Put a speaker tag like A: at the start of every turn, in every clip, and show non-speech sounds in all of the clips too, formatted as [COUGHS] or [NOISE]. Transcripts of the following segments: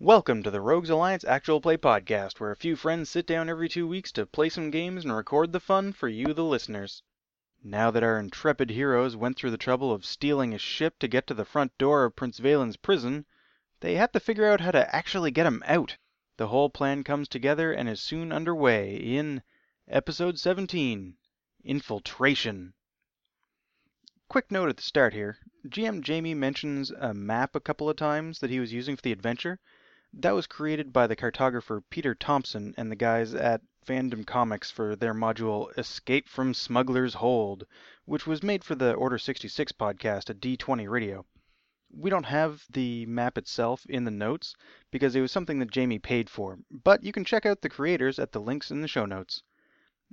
A: Welcome to the Rogues Alliance Actual Play Podcast, where a few friends sit down every two weeks to play some games and record the fun for you, the listeners. Now that our intrepid heroes went through the trouble of stealing a ship to get to the front door of Prince Valen's prison, they have to figure out how to actually get him out. The whole plan comes together and is soon underway in Episode 17 Infiltration. Quick note at the start here GM Jamie mentions a map a couple of times that he was using for the adventure. That was created by the cartographer Peter Thompson and the guys at Fandom Comics for their module Escape from Smuggler's Hold, which was made for the Order 66 podcast at D20 Radio. We don't have the map itself in the notes because it was something that Jamie paid for, but you can check out the creators at the links in the show notes.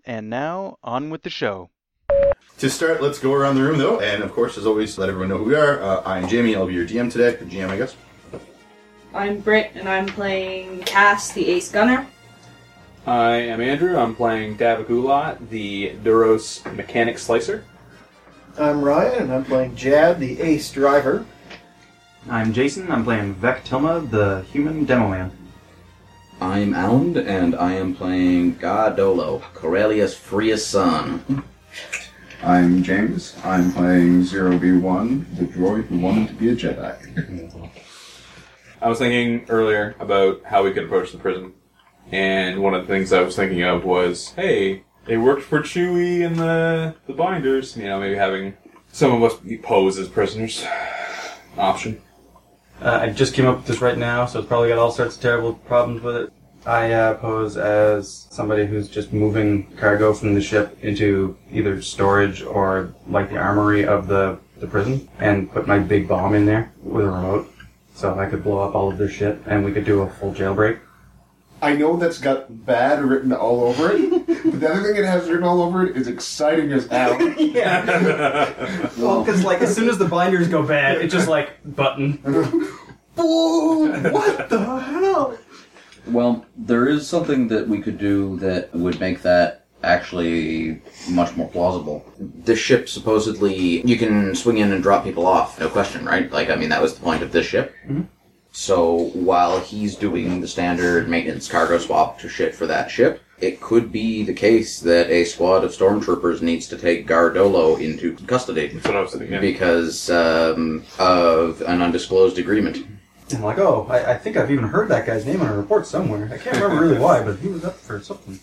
A: And now, on with the show.
B: To start, let's go around the room though, and of course, as always, let everyone know who we are. Uh, I'm Jamie. I'll be your DM today, or GM, I guess.
C: I'm Britt, and I'm playing Cass, the Ace Gunner.
D: I am Andrew. I'm playing Davagulat, the Duros Mechanic Slicer.
E: I'm Ryan, and I'm playing Jad, the ace driver.
F: I'm Jason. I'm playing Vectilma, the human demo man.
G: I'm Alund, and I am playing Godolo, Corellius Free's son.
H: [LAUGHS] I'm James. I'm playing 0B1, the droid who wanted to be a Jedi.
D: I was thinking earlier about how we could approach the prison, and one of the things I was thinking of was, hey, they worked for Chewie and the the Binders. You know, maybe having some of us pose as prisoners. [SIGHS] Option. [LAUGHS]
F: Uh, I just came up with this right now, so it's probably got all sorts of terrible problems with it. I uh, pose as somebody who's just moving cargo from the ship into either storage or like the armory of the, the prison and put my big bomb in there with a remote so I could blow up all of their shit and we could do a full jailbreak.
H: I know that's got bad written all over it, but the other thing it has written all over it is exciting as hell.
E: Yeah. well, because like as soon as the binders go bad,
F: It's just like button.
H: Whoa, what the hell?
G: Well, there is something that we could do that would make that actually much more plausible. This ship supposedly you can swing in and drop people off, no question, right? Like, I mean, that was the point of this ship. So while he's doing the standard maintenance cargo swap to shit for that ship, it could be the case that a squad of stormtroopers needs to take Gardolo into custody
D: That's what I was thinking. yeah.
G: because um, of an undisclosed agreement.
F: I'm like, oh, I, I think I've even heard that guy's name on a report somewhere. I can't remember really why, but he was up for something.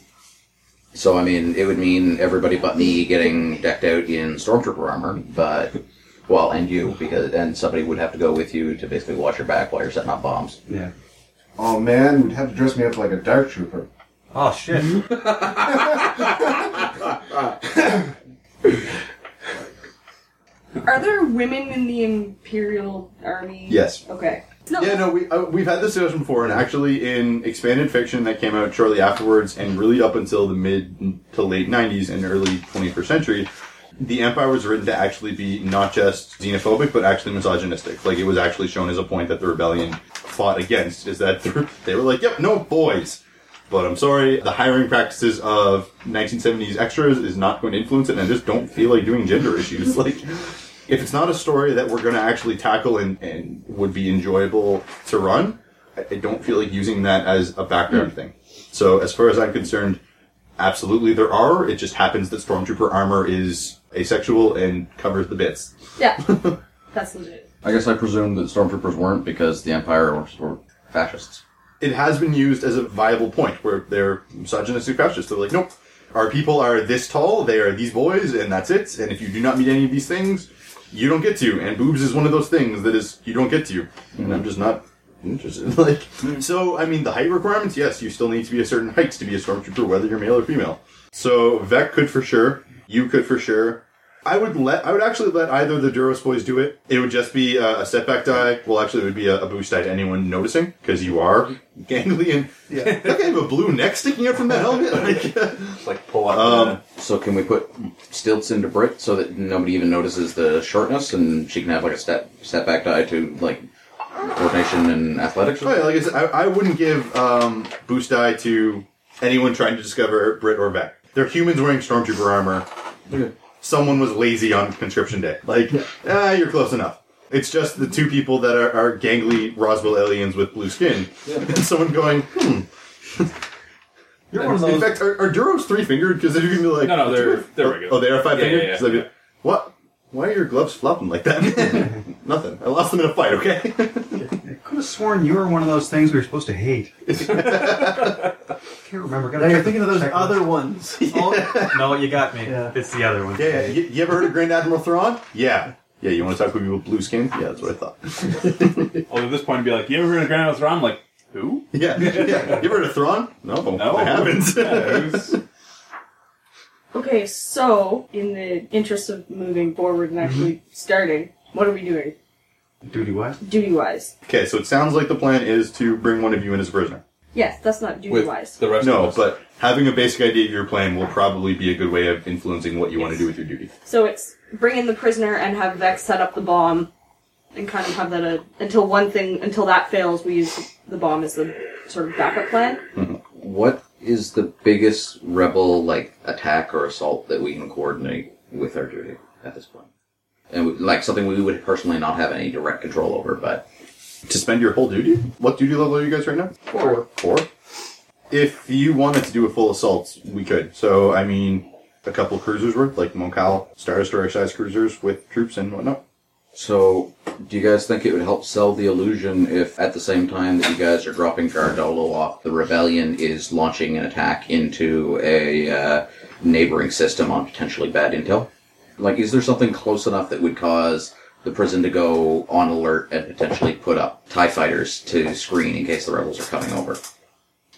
G: So I mean, it would mean everybody but me getting decked out in stormtrooper armor, but well, and you because and somebody would have to go with you to basically watch your back while you're setting up bombs.
F: Yeah.
H: [LAUGHS] Oh man, you'd have to dress me up like a dark trooper.
F: Oh shit.
E: Mm-hmm.
C: Are there women in the Imperial Army?
B: Yes.
C: Okay. No.
B: Yeah, no, we, uh, we've had this discussion before, and actually, in expanded fiction that came out shortly afterwards, and really up until the mid to late 90s and early 21st century, the Empire was written to actually be not just xenophobic, but actually misogynistic. Like, it was actually shown as a point that the rebellion fought against, is that [LAUGHS] they were like, yep, no boys. But I'm sorry, the hiring practices of 1970s extras is not going to influence it, and I just don't feel like doing gender issues. [LAUGHS] Like, if it's not a story that we're going to actually tackle and, and would be enjoyable to run, I, I don't feel like using that as a background thing. So, as far as I'm concerned, absolutely there are. It just happens that Stormtrooper armor is asexual and covers the bits. [LAUGHS]
C: Yeah. That's legit.
G: I guess I presume that stormtroopers weren't because the Empire were, were fascists.
B: It has been used as a viable point where they're misogynistic fascists. They're like, nope, our people are this tall, they are these boys, and that's it. And if you do not meet any of these things, you don't get to. And boobs is one of those things that is you don't get to. And I'm just not interested. [LAUGHS] Like, so I mean, the height requirements. Yes, you still need to be a certain height to be a stormtrooper, whether you're male or female. So Vec could for sure. You could for sure. I would let. I would actually let either of the Duros boys do it. It would just be a, a setback die. Well, actually, it would be a, a boost die to anyone noticing because you are gangly and yeah. that guy have a blue neck sticking out from that helmet. Like, [LAUGHS]
D: Just, like pull up.
B: Um,
G: So can we put stilts into Brit so that nobody even notices the shortness, and she can have like a step setback die to like coordination and athletics?
B: Oh, yeah, like I said, I, I wouldn't give um, boost die to anyone trying to discover Brit or Vec. They're humans wearing stormtrooper armor. Someone was lazy on conscription day. Like, ah, you're close enough. It's just the two people that are, are gangly Roswell aliens with blue skin. [LAUGHS] And someone going, hmm.
F: You're one of
B: In
F: those.
B: fact, are, are Duros three fingered? Because they're going to be like,
D: No, no, they're-
B: "Duro-
D: they're
B: oh,
D: regular.
B: Oh, they are five
D: Yeah, yeah,
B: fingered.
D: yeah.
B: So they'd be, what? Why are your gloves flopping like that? [LAUGHS] Nothing. I lost them in a fight. Okay.
F: I could have sworn you were one of those things we were supposed to
E: [LAUGHS]
F: hate. Can't remember. Gotta
E: Now you're
F: check-
E: thinking of those
F: check [LAUGHS]
E: other ones. Oh,
F: No, you got me.
E: Yeah.
F: It's the other one.
B: Yeah, yeah. You, you ever heard of Grand Admiral Thrawn? Yeah. Yeah, you want to talk to people with blue skin? Yeah, that's what I thought. [LAUGHS]
D: Although at this point, I'd be like, "You ever heard of Grand Theft Auto?" I'm like, "Who?"
B: Yeah, yeah. You ever heard of Thrawn? No,
D: No,
B: it happens.
D: [LAUGHS] Yeah, who's-
C: Okay, so in the interest of moving forward and actually
B: Mm-hmm.
C: starting, what are we doing
F: Duty what?
C: duty wise?
B: okay, so it sounds like the plan is to bring one of you in as a prisoner.
C: Yes, that's not duty
D: with
C: wise.
D: the rest of
B: No,
D: us.
B: but having a basic idea of your plan will probably be a good way of influencing what you want to do with your duty.
C: So it's bring in the prisoner and have Vex set up the bomb, and kind of have that uh, until one thing until that fails, we use the bomb as the sort of backup plan.
G: What is the biggest rebel like attack or assault that we can coordinate with our duty at this point? And we, like something we would personally not have any direct control over, but
B: To spend your whole duty? What duty level are you guys right now?
H: Four.
B: Four. If you wanted to do a full assault, we could. So, I mean, a couple cruisers worth, like Mokal, Star Destroyer size cruisers with troops and whatnot.
G: So, do you guys think it would help sell the illusion if, at the same time that you guys are dropping Cardolo off, the rebellion is launching an attack into a uh, neighboring system on potentially bad intel? Like, is there something close enough that would cause the prison to go on alert and potentially put up TIE fighters to screen in case the rebels are coming over?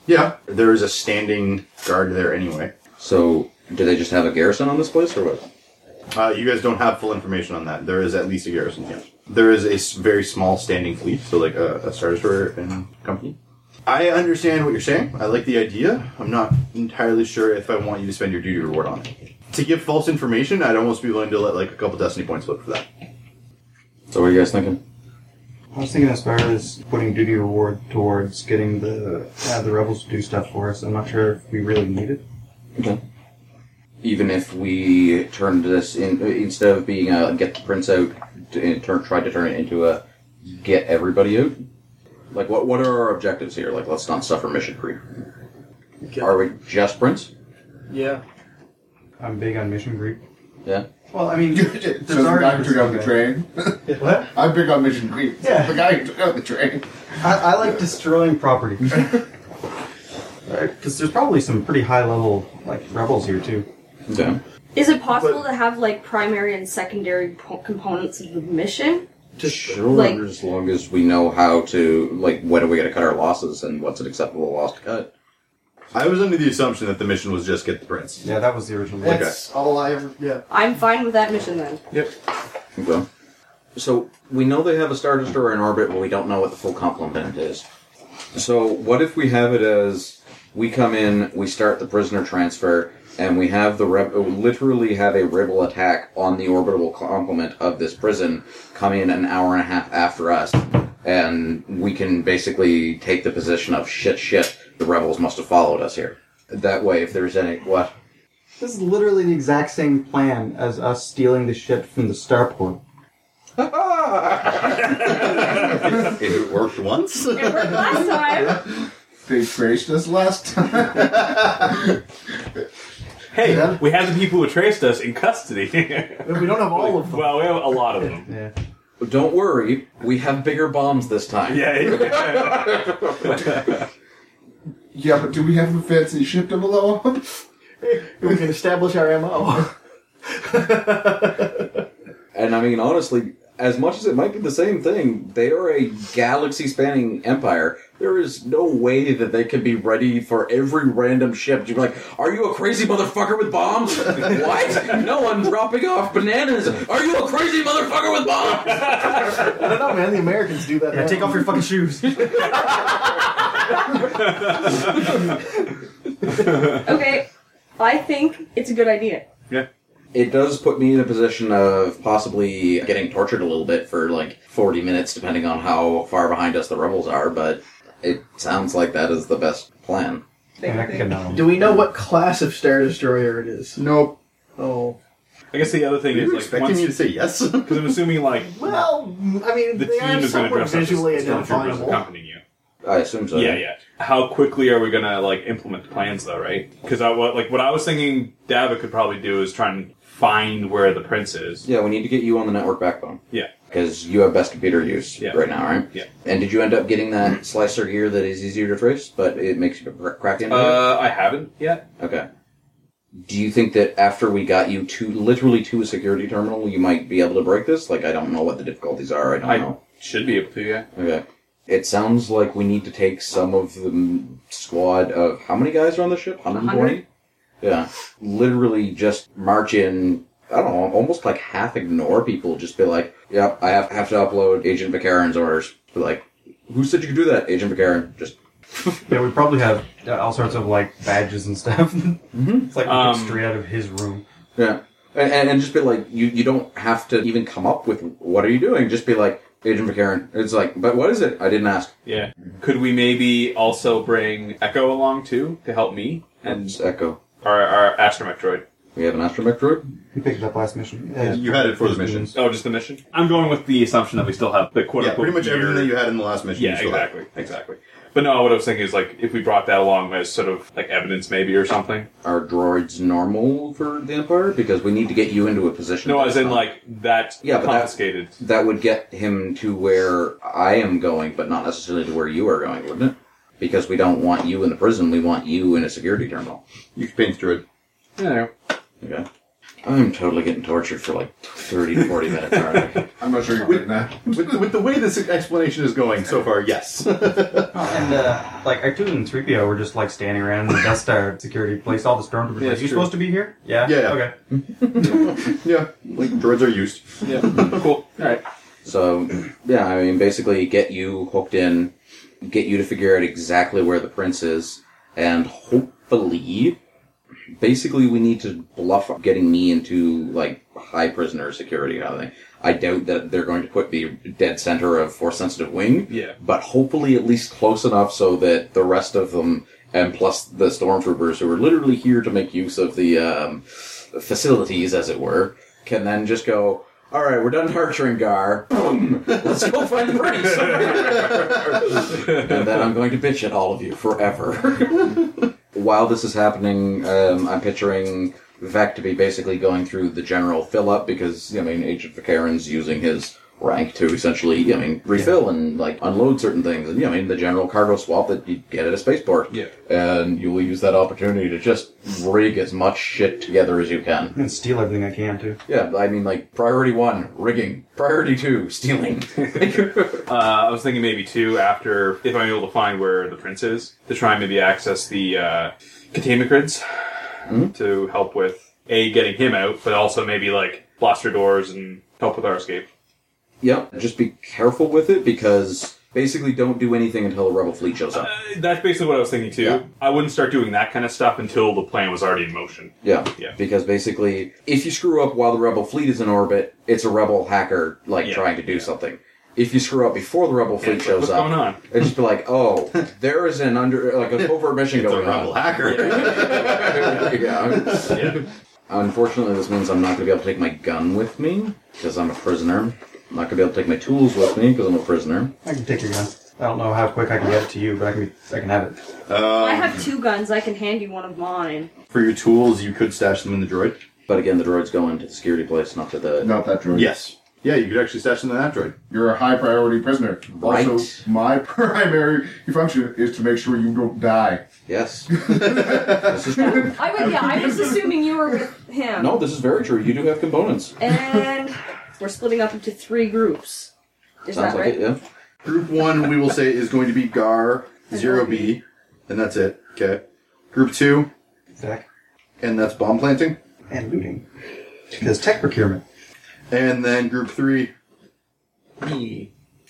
B: Yeah. There is a standing guard there anyway.
G: So, do they just have a garrison on this place, or what?
B: Uh, you guys don't have full information on that. There is at least a garrison. Yes. There is a s- very small standing fleet, so like a, a Star Destroyer and company. I understand what you're saying. I like the idea. I'm not entirely sure if I want you to spend your duty reward on it. To give false information, I'd almost be willing to let like a couple destiny points slip for that.
G: So, what are you guys thinking?
F: I was thinking as far as putting duty reward towards getting the uh, the rebels to do stuff for us. I'm not sure if we really need it.
G: even if we turned this in instead of being a get the prince out and turn, tried to turn it into a get everybody out like what what are our objectives here like let's not suffer mission creep are we just prince
E: yeah.
F: I'm big on mission creep.
G: yeah
F: Well, I
E: [LAUGHS]
F: mean,
H: so the guy who took out the train.
F: [LAUGHS]
E: What?
H: I'm big on Mission Creep.
E: Yeah.
H: The guy who took out the train.
F: I, I like destroying
H: [LAUGHS]
F: property. Because there's probably some pretty high level like rebels here too.
G: okay
C: Is it possible to have like primary and secondary po- components of the mission?
G: sure
C: like-
G: as long as we know how to like when are we going to cut our losses and what's an acceptable loss to cut
B: I was under the assumption that the mission was just get the prince.
F: Yeah, that was the original.
E: That's all I ever. Yeah.
C: I'm fine with that mission then.
G: okay so we know they have a star destroyer in orbit but we don't know what the full complement is So what if we have it as we come in, we start the prisoner transfer, and we have the reb- literally have a rebel attack on the orbital complement of this prison come in an hour and a half after us, and we can basically take the position of shit, shit. The rebels must have followed us here. That way, if there's any what [LAUGHS]
F: This is literally the exact same plan as us stealing the ship from the starport.
B: If it worked once,
C: [LAUGHS] It worked last time.
H: They traced us last time.
D: hey,
E: Yeah.
D: we have the people who traced us in custody. [LAUGHS]
E: We don't have all of them.
D: well, we have a lot of them.
F: Yeah.
G: don't worry, we have bigger bombs this time.
D: Yeah, yeah.
H: yeah, but do we have a fancy ship to blow up?
E: [LAUGHS] We can establish our
H: [LAUGHS]
E: MO.
G: And I mean, honestly, as much as it might be the same thing, they are a galaxy spanning empire. There is no way that they can be ready for every random ship. You'd be like, Are you a crazy motherfucker with bombs? what? No, I'm dropping off bananas. Are you a crazy motherfucker with bombs?
E: I don't know, man. The Americans do that.
F: Yeah,
E: now.
F: take off your fucking
E: [LAUGHS]
F: shoes.
C: Okay, I think it's a good idea.
G: It does put me in a position of possibly getting tortured a little bit for like 40 minutes, depending on how far behind us the rebels are, but it sounds like that is the best plan.
F: And I can-
E: Do we know what class of Star Destroyer it is?
H: Nope.
E: Oh.
D: I guess the other thing
B: Are
D: is
B: you
D: like
B: expecting
D: once
B: me to say yes? [LAUGHS]
D: because I'm assuming like
I: Well, I mean,
D: the
I: they are
D: team is going to
I: somewhat
D: dress up as
I: visually
D: stormtroopers
I: identifiable.
D: accompanying you.
G: I assume so.
D: Yeah, yeah. How quickly are we gonna like implement the plans though, right? Because I wa- like what I was thinking Davik could probably do is try and find where the prince is.
G: Yeah, we need to get you on the network backbone.
D: Yeah.
G: Because you have best computer use
D: Yeah.
G: right now, right?
D: Yeah.
G: And did you end up getting that [CLEARS THROAT] slicer gear that is easier to trace, but it makes you cr- cracked into
D: Uh, I haven't yet.
G: it? Okay. Do you think that after we got you to literally to a security terminal, you might be able to break this? Like, I don't know what the difficulties are. I don't
D: I
G: know.
D: should be able to. Yeah.
G: Okay. It sounds like we need to take some of the mm, squad of how many guys are on the ship? 120? Yeah. Literally just march in, I don't know, almost like half ignore people. Just be like, yep, I have, have to upload Agent Vicarin's orders. Be like, who said you could do that? Agent Vicarin. Just,
F: Yeah, we probably have uh, all sorts of like badges and stuff. [LAUGHS] It's like we
D: Um,
F: took straight out of his room.
G: yeah. And, and, and just be like, you, you don't have to even come up with what are you doing. Just be like, Agent Vicarin. It's like, but what is it? I didn't ask.
D: Yeah. Could we maybe also bring Echo along too to help me and
G: It's Echo.
D: our, our astromech droid?
G: We have an astromech droid?
F: He picked it up last mission.
B: You had it for the mission.
D: Oh, just the mission. I'm going with the assumption that we still have the quote
B: Yeah,
D: unquote.
B: pretty much everything that you had in the last mission. you
D: Yeah,
B: still have.
D: exactly, exactly. But no, what I was thinking is like if we brought that along as sort of like evidence maybe or something.
G: are droids normal for the Empire? Because we need to get you into a position.
D: No, as in
G: Um,
D: like that
G: Yeah, but that-
D: confiscated.
G: that would get him to where I am going, but not necessarily to where you are going, wouldn't it? Because we don't want you in the prison. We want you in a security terminal.
B: You could paint through it.
D: Yeah.
G: Okay. I'm totally getting tortured for like 30 to 40 minutes,
D: [LAUGHS]
G: aren't I?
H: I'm not sure you're
B: With-
H: right now.
B: With, with the way this explanation is going so far, yes. [LAUGHS]
F: And uh, like R2 and 3PO were just like standing around in the Death Star security place. All the stormtroopers.
D: Yeah,
F: like,
D: it's
F: you
D: true.
F: supposed to be here? Yeah.
B: Yeah, yeah.
F: Okay.
B: yeah, like droids are used.
D: Yeah. cool. All right.
G: so, yeah, I mean, basically get you hooked in, get you to figure out exactly where the prince is, and hopefully. Basically, we need to bluff getting me into like high prisoner security kind of thing. I doubt that they're going to put the dead center of force sensitive wing,
D: Yeah.
G: but hopefully at least close enough so that the rest of them, and plus the stormtroopers who are literally here to make use of the um, facilities, as it were, can then just go. All right, we're done torturing Gar. [LAUGHS] Boom. Let's go find the prince. [LAUGHS] and then I'm going to bitch at all of you forever. [LAUGHS] While this is happening, um, I'm picturing Vec to be basically going through the general fill up because I mean Agent Vicarin's using his rank to essentially I mean refill and like unload certain things and you know, I mean the general cargo swap that you get at a spaceport.
D: Yeah.
G: And you will use that opportunity to just rig as much shit together as you can.
F: And steal everything I can too.
G: Yeah, I mean like priority one, rigging. Priority two, stealing. [LAUGHS]
D: Uh, I was thinking maybe too after if I'm able to find where the prince is to try and maybe access the uh, containment grids
G: Hmm?
D: to help with a getting him out, but also maybe like blaster doors and help with our escape.
G: Yep. Just be careful with it because basically don't do anything until the rebel fleet shows up.
D: Uh, that's basically what I was thinking too.
G: Yeah.
D: I wouldn't start doing that kind of stuff until the plan was already in
G: [LAUGHS]
D: motion.
G: Yeah.
D: yeah.
G: Because basically, if you screw up while the rebel fleet is in orbit, it's a rebel hacker like
D: Yeah,
G: trying to do
D: yeah.
G: something. If you screw up before the rebel fleet
D: What's
G: shows up,
D: going on?
G: it'd just be like, oh, there is an under like
D: [LAUGHS]
G: a covert mission
B: It's a
G: going
B: rebel
G: on.
B: [LAUGHS] hacker.
G: [LAUGHS] yeah.
D: Yeah.
G: Unfortunately, this means I'm not going to be able to take my gun with me because I'm a prisoner. I'm not going to be able to take my tools with me because I'm a prisoner.
F: I can take your gun. I don't know how quick I can get it to you, but I can be, I can have it.
C: I have two guns. I can hand you one of mine.
B: For your tools, you could stash them in the droid.
G: But again, the droids go into the security place, not to the.
H: Not that droid.
B: Yes. Yeah, you could actually stash them in that droid.
H: You're a high priority prisoner.
G: Right.
H: Also, my [LAUGHS] primary function is to make sure you don't die.
G: Yes. this is true.
C: I would, yeah, I was assuming you were with him.
G: No, this is very true. You do have components.
C: And we're splitting up into three groups. Is
G: Sounds
C: that
G: like
C: right?
G: it, yeah.
B: Group one, we will say, is going to be Gar, Zero B, and that's it. Okay. Group two,
F: Zach.
B: and that's bomb planting.
F: And looting. Because tech procurement.
B: And then group three,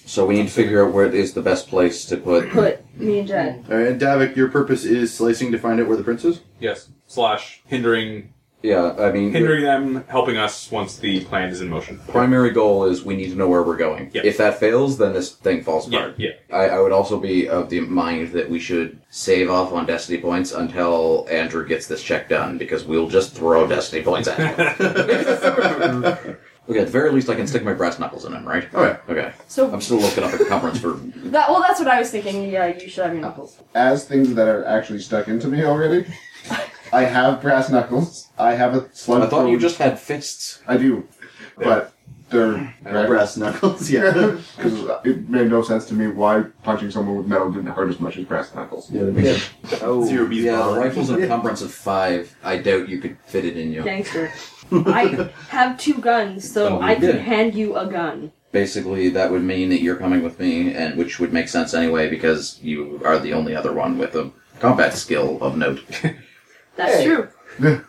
G: So we need to figure out where is the best place to put.
C: Put me and Jed.
B: uh, all right, and Davik, your purpose is slicing to find out where the prince is?
D: Yes. Slash hindering
G: Yeah, I mean,
D: Hindering them helping us once the plan is in motion.
G: primary goal is we need to know where we're going.
D: Yeah.
G: If that fails, then this thing falls
D: Yeah,
G: apart.
D: yeah.
G: I, I would also be of the mind that we should save off on destiny points until Andrew gets this check done, because we'll just throw destiny points
D: [LAUGHS]
G: at him. okay, at the very least, I can stick my brass knuckles in him, right?
B: Oh, yeah.
G: Okay.
C: So-
G: I'm still looking up a
D: [LAUGHS]
G: conference for.
C: That well, that's what I was thinking. Yeah, you should have your knuckles.
H: As things that are actually stuck into me already, [LAUGHS] I have brass knuckles. I have a slug.
G: I thought you
H: thrown-
G: just had fists.
H: I do, but they're [LAUGHS]
B: Brass knuckles, yeah.
H: because it made no sense to me why punching someone with metal didn't hurt as much as brass knuckles.
G: Yeah. Oh,
B: Zero bees
G: yeah. The
B: bothered.
G: rifle's an encumbrance of five. I doubt you could fit it in you. [LAUGHS]
C: Gangster. I have two guns, so
G: Oh,
C: I could
G: yeah.
C: hand you a gun.
G: basically that would mean that you're coming with me and which would make sense anyway because you are the only other one with a combat skill of [LAUGHS] note
C: That's
H: Hey.
C: true.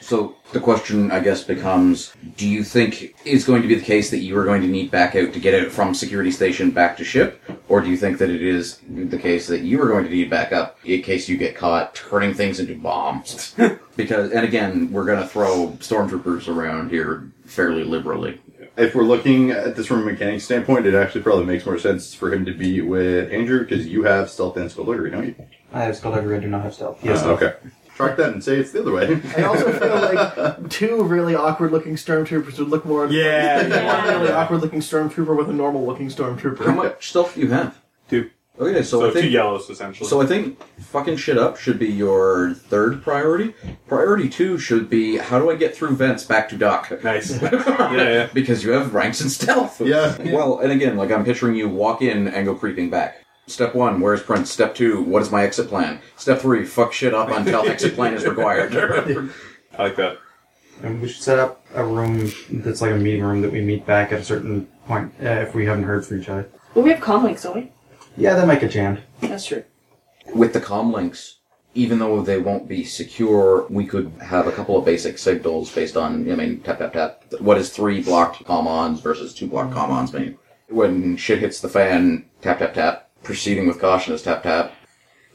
G: so the question i guess becomes do you think it's going to be the case that you are going to need back out to get out from security station back to ship or do you think that it is the case that you are going to need back up in case you get caught turning things into [LAUGHS] bombs because and again we're going to throw stormtroopers around here fairly liberally
B: if we're looking at this from a mechanic standpoint, it actually probably makes more sense for him to be with Andrew because you have stealth and skullduggery, don't you?
F: I have skill dagger. I do not have stealth.
B: Uh, okay. Track that and say it's the other way.
E: I also feel like two really awkward looking stormtroopers would look more. One
D: Yeah.
E: really awkward looking stormtrooper with a normal looking stormtrooper.
G: how much stuff do you have
D: Two.
G: okay so,
D: So
G: i think
D: two yellows essentially.
G: So I think fucking shit up should be your third priority. Priority two should be how do I get through vents back to dock?
E: [LAUGHS]
D: nice. yeah, yeah.
G: Because you have ranks in stealth.
B: Yeah.
G: Well, and again, like I'm picturing you walk in and go creeping back. Step one, where's Prince? Step two, what is my exit plan? Step three, fuck shit up
D: [LAUGHS]
G: until exit plan is required.
D: I like that.
F: And we should set up a room that's like a meeting room that we meet back at a certain point uh, if we haven't heard from each other.
C: Well, we have comlinks, don't we?
F: Yeah, that might get jammed.
C: That's true.
G: With the comlinks, even though they won't be secure, we could have a couple of basic signals based on, I mean, tap, tap, tap. What is three blocked commons versus two blocked commons mean? When shit hits the fan, tap, tap, tap. Proceeding with caution is tap, tap.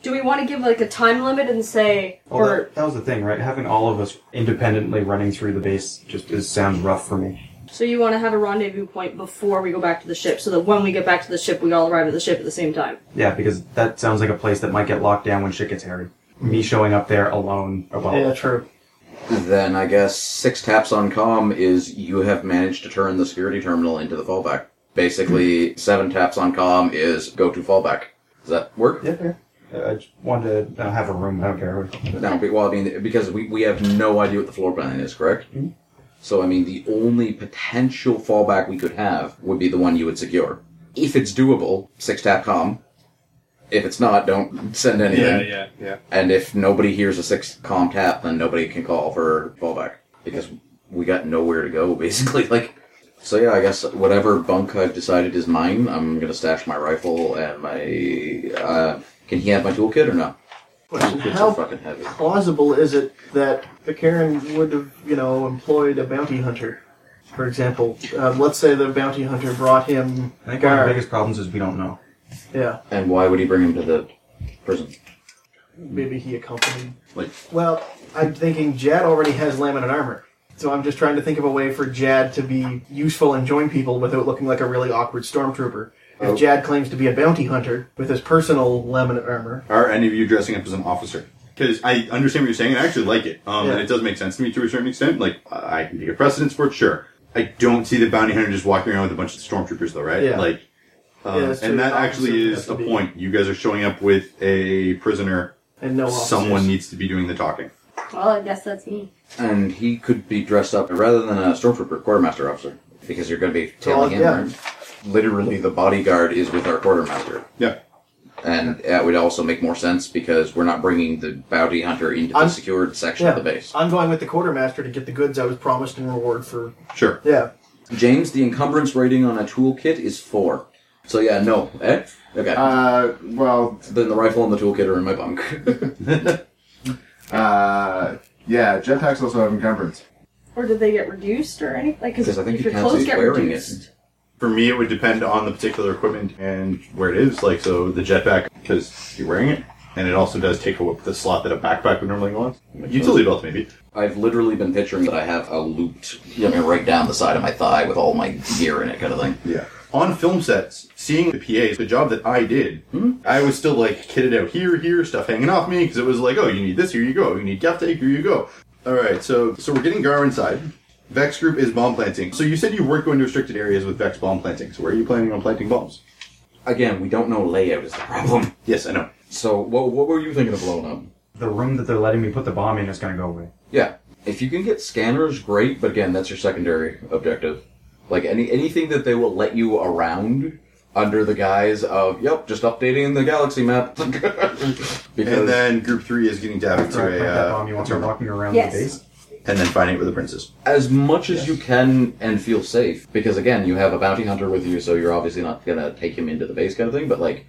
C: Do we want to give like a time limit and say,
F: Well,
C: or
F: that, that was the thing, right? Having all of us independently running through the base just is, sounds rough for me.
C: so you want to have a rendezvous point before we go back to the ship, so that when we get back to the ship, we all arrive at the ship at the same time.
F: Yeah, because that sounds like a place that might get locked down when shit gets hairy. Me showing up there alone, oh, well,
E: Yeah, true.
G: Then I guess six taps on com is you have managed to turn the security terminal into the fallback. Basically, seven taps on com is go to fallback. Does that work?
F: Yeah, yeah. Uh, I just wanted to uh, have a room. I don't care.
G: No, be- well, I mean, because we, we have no idea what the floor plan is, correct? So, I mean, the only potential fallback we could have would be the one you would secure. If it's doable, six tap com. If it's not, don't send anything.
D: Yeah, yeah, yeah.
G: And if nobody hears a six com tap, then nobody can call for fallback because we got nowhere to go, [LAUGHS] basically. Like, so yeah, I guess whatever bunk I've decided is mine. I'm gonna stash my rifle and my. Uh, can he have my toolkit or no?
E: Question,
G: Toolkits
E: how
G: are fucking heavy.
E: plausible is it that the Karen would have, you know, employed a bounty hunter? For example, um, let's say the bounty hunter brought him.
F: I think one of
E: Gar-
F: the biggest problems is we don't know.
E: Yeah,
G: And why would he bring him to the prison?
E: maybe he accompanied.
B: Like-
E: well, I'm thinking Jad already has laminate armor, so I'm just trying to think of a way for Jad to be useful and join people without looking like a really awkward stormtrooper. If
B: Oh.
E: Jad claims to be a bounty hunter with his personal laminate armor,
B: [LAUGHS] Are any of you dressing up as an officer? Because I understand what you're saying and I actually like it. Um,
E: Yeah.
B: And it does make sense to me to a certain extent. Like, I I can take a precedence for it, sure. I don't see the bounty hunter just walking around with a bunch of stormtroopers, though, right?
E: Yeah.
B: Like, um,
E: Yeah, that's true.
B: and that
E: An
B: actually
E: officer
B: is
E: has to
B: a
E: be-
B: point. You guys are showing up with a prisoner.
E: and no officers.
B: Someone needs to be doing the talking.
C: Well, I guess that's me.
G: And he could be dressed up rather than a stormtrooper quartermaster officer because you're going to be tailing him.
E: yeah.
G: right? Literally, the bodyguard is with our quartermaster.
B: Yeah.
G: And that would also make more sense because we're not bringing the bounty hunter into the
E: I'm-
G: secured section
E: Yeah,
G: of the base.
E: I'm going with the quartermaster to get the goods I was promised in reward for.
B: Sure.
E: Yeah,
G: James, the encumbrance rating on a toolkit is four. So yeah, no. Eh? Okay.
H: Uh, well,
G: then the rifle and the toolkit are in my bunk. [LAUGHS]
H: uh, yeah, jetpacks also have encumbrance.
C: Or did they get reduced or anything? Like, because
G: Because I think
C: if
G: you
C: your
G: can't
C: clothes
G: see
C: get
G: wearing it.
C: reduced,
B: For me, it would depend on the particular equipment and where it is. Like, so the jetpack, because you're wearing it. and it also does take up the slot that a backpack would normally go on. Utility belt, maybe.
G: I've literally been picturing that I have a looped, I mean, right down the side of my thigh with all my gear in it, kind of thing.
B: Yeah. On film sets, seeing the PAs, the job that I did, I was still like kitted out here, here, stuff hanging off me because it was like, oh, you need this, here you go. You need gaff tape, here you go. All right, so so we're getting Gar inside. Vex Group is bomb planting. So you said you weren't going to restricted areas with Vex bomb planting. So where are you planning on planting bombs?
G: Again, we don't know layout is the problem.
B: Yes, I know.
G: So, what, what were you thinking of blowing up?
F: The room that they're letting me put the bomb in is going to go away.
G: Yeah. If you can get scanners, great, but again, that's your secondary objective. Like any anything that they will let you around under the guise of, yep, just updating the galaxy map. [LAUGHS] because,
B: And then Group Three is getting dabbed
F: After I
B: to
F: plant
B: a,
F: that bomb, you
B: uh,
F: want me walking around
C: Yes.
F: the base?
B: and then fighting it with the princess.
G: as much as you can and feel safe, because again, you have a bounty hunter with you, so you're obviously not gonna take him into the base kind of thing, but like,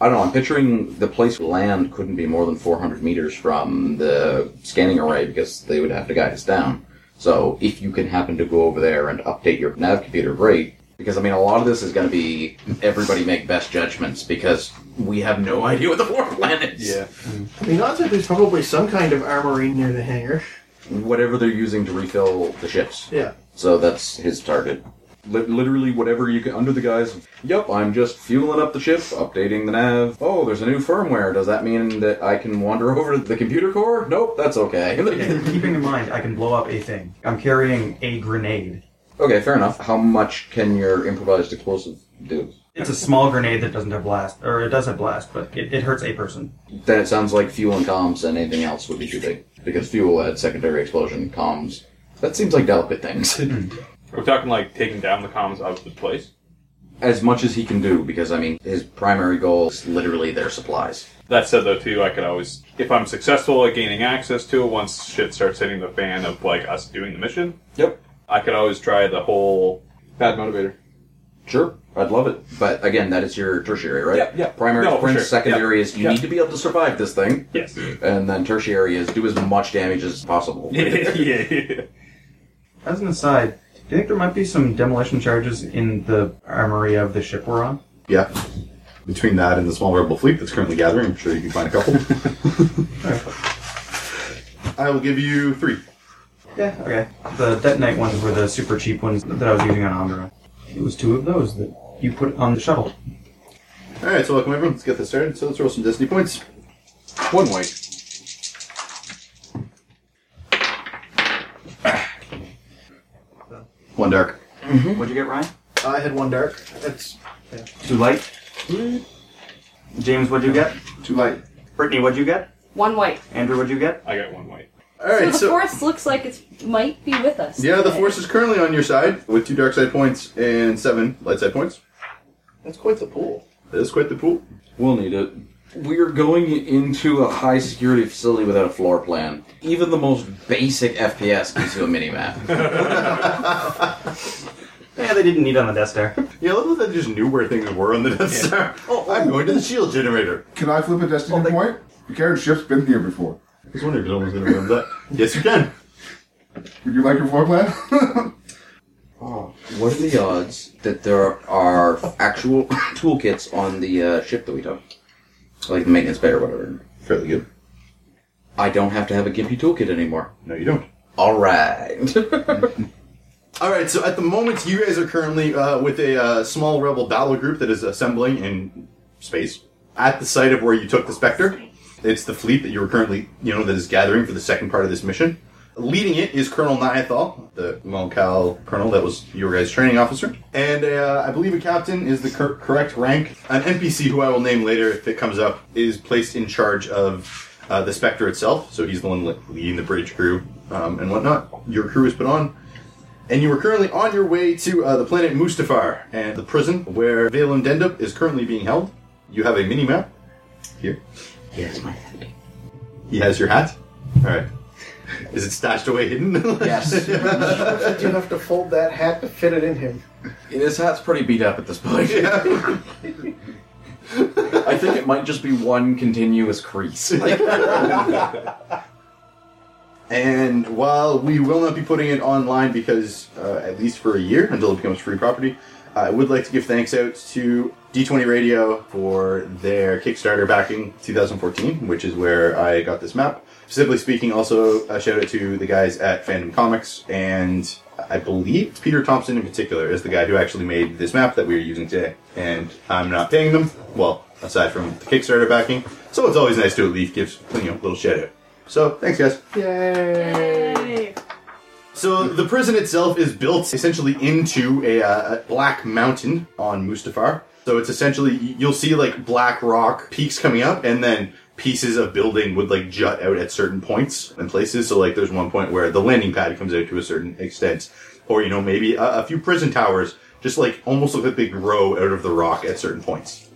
G: I don't know, I'm picturing the place land couldn't be more than 400 meters from the scanning array because they would have to guide us down. So if you can happen to go over there and update your nav computer, great. Because I mean, a lot of this is going to be everybody make best judgments because we have no [LAUGHS] idea what the floor plan is.
E: I mean, odds are there's probably some kind of armory near the hangar.
G: Whatever they're using to refill the ships.
E: Yeah.
G: So that's his target. Li- literally, whatever you can, under the guise of, yep, I'm just fueling up the ship, updating the nav. Oh, there's a new firmware. Does that mean that I can wander [LAUGHS] over to the computer core? Nope, that's okay. [LAUGHS]
F: Keeping in mind, I can blow up a thing. I'm carrying a grenade.
G: okay, fair enough. How much can your improvised explosive do?
F: It's a small grenade that doesn't have blast, or it does have blast, but it, it hurts a person.
G: Then it sounds like fuel and comms and anything else would be too big. Because fuel had secondary explosion, comms. That seems like delicate things. [LAUGHS]
D: We're talking like taking down the comms of the place.
G: as much as he can do, because I mean, his primary goal is literally their supplies.
D: That said, though, too, I could always, if I'm successful at gaining access to it, once shit starts hitting the fan of like us doing the mission,
G: Yep.
D: I could always try the whole bad motivator.
G: Sure, I'd love it. But again, that is your tertiary, right?
D: Yeah, yeah.
G: Primary
D: No,
G: is
D: for
G: prince,
D: sure.
G: secondary
D: Yeah.
G: is you
D: Yeah.
G: need to be able to survive this thing,
D: Yes. [LAUGHS]
G: and then tertiary is do as much damage as possible.
D: yeah.
F: As an aside, do you think there might be some demolition charges in the armory of the ship we're on?
B: Yeah. Between that and the small rebel fleet that's currently gathering, I'm sure you can find a couple. I will give you three.
F: Yeah, okay. The detonate ones were the super cheap ones that I was using on Andra. It was two of those that you put on the shuttle.
B: All right, so welcome everyone. Let's get this started. So let's roll some destiny points.
D: One way.
B: One dark.
F: What'd you get, Ryan?
E: I had one dark. That's
F: Too light. James, what'd you get?
H: Too light.
F: Brittany, what'd you get?
C: One white.
F: Andrew, what'd you get?
D: I got one way.
B: All right,
C: so the
B: so,
C: force looks like it might be with us.
B: yeah, the
C: today.
B: force is currently on your side with two dark side points and seven light side points.
E: that's quite the pool.
B: That is quite the pool.
G: We'll need it. We are going into a high security facility without a floor plan. Even the most basic FPS gives you
D: [LAUGHS]
G: a minimap.
F: Yeah, they didn't need on the Death Star.
B: Yeah, I love that they just knew where things were on the Death Star.
E: Oh,
B: I'm going to the shield generator.
H: Can I flip a destiny point? The carriage ship's been here before.
B: I was wondering if someone's going to remember that. Yes, you can.
H: Would you like your floor plan? [LAUGHS]
G: what are the odds that there are actual [COUGHS] toolkits on the uh, ship that we took? Like the maintenance bay or whatever.
B: Fairly good.
G: I don't have to have a gimpy toolkit anymore.
B: No, you don't.
G: All right. [LAUGHS]
B: All right, so at the moment, you guys are currently uh, with a uh, small rebel battle group that is assembling in space at the site of where you took the Spectre. It's the fleet that you are currently, you know, that is gathering for the second part of this mission. Leading it is Colonel Niathal, the Moncal Colonel that was your guys' training officer, and uh, I believe a captain is the cor- correct rank. An NPC who I will name later if it comes up is placed in charge of uh, the Spectre itself, so he's the one le- leading the bridge crew um, and whatnot. Your crew is put on and you are currently on your way to uh, the planet Mustafar and the prison where Valum Dendup is currently being held. You have a mini map here.
G: Yes, my hat.
B: He has your hat. All right. Is it stashed away hidden? [LAUGHS]
G: Yes.
E: But you have to fold that hat to fit it in him.
G: This hat's pretty beat up at this point. I think it might just be one continuous crease. Like,
B: and while we will not be putting it online because, uh, at least for a year, until it becomes free property, I would like to give thanks out to D20 Radio for their Kickstarter backing 2014, which is where I got this map. Specifically speaking, also a shout out to the guys at Fandom Comics, and I believe Peter Thompson in particular is the guy who actually made this map that we are using today. And I'm not paying them, well, aside from the Kickstarter backing, so it's always nice to at least give you know, a little shout out. So thanks, guys.
C: Yay!
B: So the prison itself is built essentially into a, uh, a black mountain on Mustafar. So it's essentially you'll see like black rock peaks coming up, and then pieces of building would like jut out at certain points and places. So like there's one point where the landing pad comes out to a certain extent, or you know maybe a, a few prison towers just like almost look like they grow out of the rock at certain points.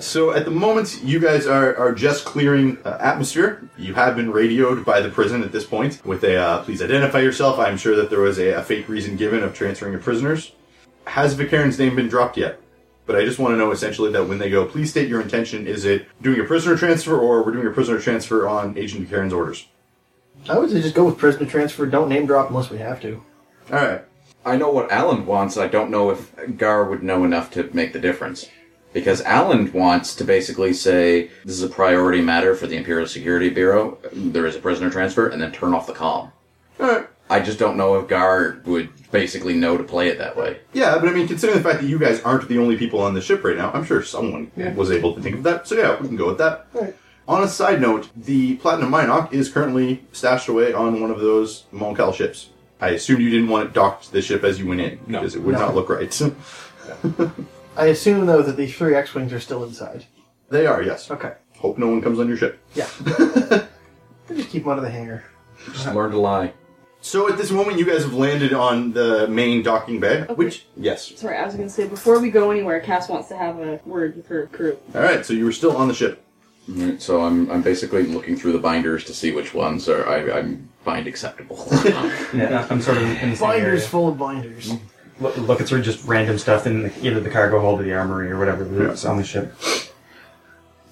B: So at the moment, you guys are, are just clearing uh, atmosphere. You have been radioed by the prison at this point with a uh, please identify yourself. I'm sure that there was a, a fake reason given of transferring of prisoners. Has Vicarin's name been dropped yet? But I just want to know essentially that when they go, please state your intention. Is it doing a prisoner transfer or we're doing a prisoner transfer on Agent Vicarin's orders?
E: I would say just go with prisoner transfer. Don't name drop unless we have to.
B: All right.
G: I know what Alan wants. I don't know if Gar would know enough to make the difference. Because Alan wants to basically say this is a priority matter for the Imperial Security Bureau. There is a prisoner transfer, and then turn off the calm. I just don't know if Gar would basically know to play it that way.
B: Yeah, but I mean, considering the fact that you guys aren't the only people on the ship right now, I'm sure someone was able to think of that. So yeah, we can go with that. On a side note, the Platinum Minoc is currently stashed away on one of those Moncal ships. I assume you didn't want it docked to the ship as you went in,
D: No.
B: because it would
E: No.
B: not look right. [LAUGHS]
E: I assume though that the three X wings are still inside.
B: they are, yes.
E: Okay.
B: Hope no one comes on your ship.
E: Yeah. [LAUGHS] just keep them under the hangar.
G: Just learn to lie.
B: So at this moment, you guys have landed on the main docking bed, which, yes.
C: Sorry, I was gonna say before we go anywhere, Cass wants to have a word with her crew.
B: All right, so you were still on the ship.
G: Alright, So I'm, I'm basically looking through the binders to see which ones are I, I find acceptable.
F: Yeah, I'm sort of in the same
E: Binders
F: area.
E: full of binders.
F: Look, looking through just random stuff in the, either the cargo hold or the armory or whatever that's on the ship.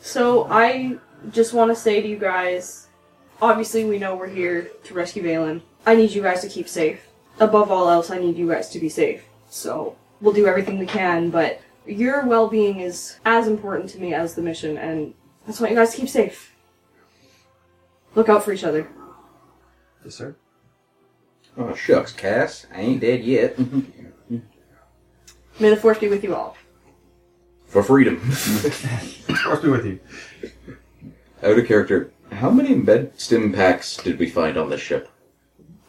C: So I just want to say to you guys, obviously we know we're here to rescue Valen. I need you guys to keep safe. Above all else, I need you guys to be safe. So we'll do everything we can, but your well-being is as important to me as the mission, and that's why you guys keep safe. Look out for each other.
F: Yes, sir.
G: [LAUGHS] oh, shucks, Cass. I ain't dead yet.
C: May the force be with you all.
G: for [LAUGHS] freedom.
F: Must be with you.
G: Out of character. How many med stim packs did we find on this ship?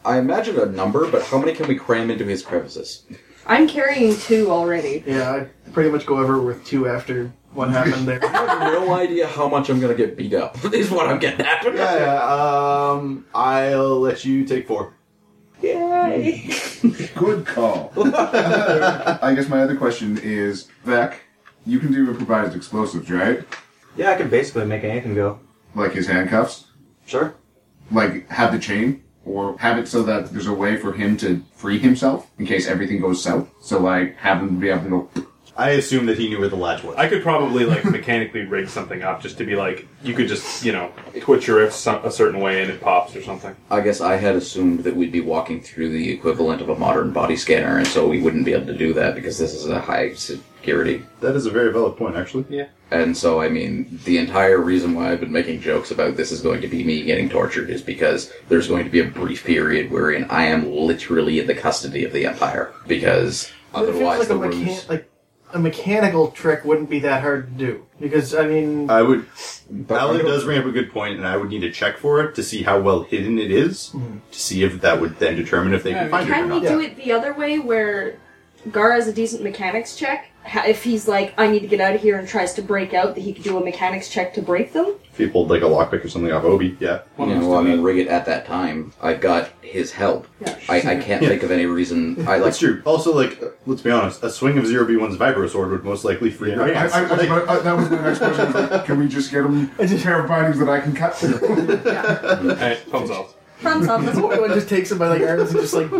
G: I imagine a number, but how many can we cram into his crevices?
C: I'm carrying two already.
E: Yeah, I pretty much go over with two after what happened there. [LAUGHS]
G: I have no idea how much I'm gonna get beat up. [LAUGHS] is what I'm getting at.
B: yeah. Um, I'll let you take four.
C: [LAUGHS] Yay!
H: Good call. I guess my other question is, Vec, you can do improvised explosives, right?
F: Yeah, I can basically make anything go.
H: Like his handcuffs.
F: Sure.
H: Like have the chain, or have it so that there's a way for him to free himself in case everything goes south. So like have him be able to go.
B: I assume that he knew where the latch was.
D: I could probably
B: [LAUGHS]
D: like mechanically rig something up just to be like you could just you know twitch your if some, a certain way and it pops or
B: [LAUGHS]
D: something.
G: I guess I had assumed that we'd be walking through the equivalent of a modern body scanner, and so we wouldn't be able to do that because this is a high security.
B: that is a very valid point, actually.
G: And so, I mean, the entire reason why I've been making jokes about this is going to be me getting tortured is because there's going to be a brief period wherein I am literally in the custody of the Empire. Because
E: But it feels
G: otherwise,
E: like a,
G: the
E: mechan-
G: rooms.
E: like a mechanical trick wouldn't be that hard to do because I mean, [LAUGHS]
B: I would.
G: I
B: Alan
G: don't-
B: does bring up a good point, and I would need to check for it to see how well hidden it is,
H: Hmm.
B: to see if that would then determine if they can find it or
C: Can we
B: not.
C: do it the other way where Gar has a decent mechanics check? Ha- If he's like, I need to get out of here and tries to break out, that he could do a mechanics check to break them?
B: If you pulled like a lockpick or something off Obi, yeah.
G: You know, I mean, rig it at that time. I got his help.
C: Yeah.
G: I, I can't
B: Yeah.
G: think of any reason. I like
B: That's true. Also, like, uh, let's be honest, a swing of zero B one's vibro sword would most likely free your
H: I,
B: hands.
H: I, I,
B: Like,
H: I- that was my next question. was like, can we just get him a pair of bindings that I can cut through?
D: Hey, thumbs up.
C: From some,
E: [LAUGHS]
C: that's what we
E: everyone
C: want.
E: just takes him by the arms and just [LAUGHS] like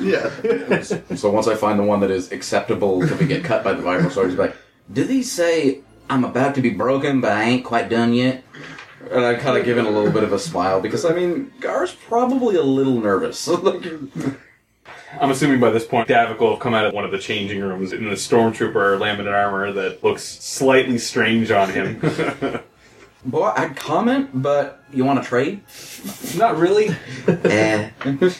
B: yeah.
G: So once I find the one that is acceptable to be get cut by the viral sword, it's like, do these say I'm about to be broken, but I ain't quite done yet? And I kind of give it a [LAUGHS] little bit of a smile because I mean, Gar's probably a little nervous. like,
D: I'm assuming by this point, Davik will have come out of one of the changing rooms in the stormtrooper laminate armor that looks slightly strange on
B: [LAUGHS]
D: him.
G: Boy, I'd comment, but you want to trade?
F: Not really.
G: [LAUGHS]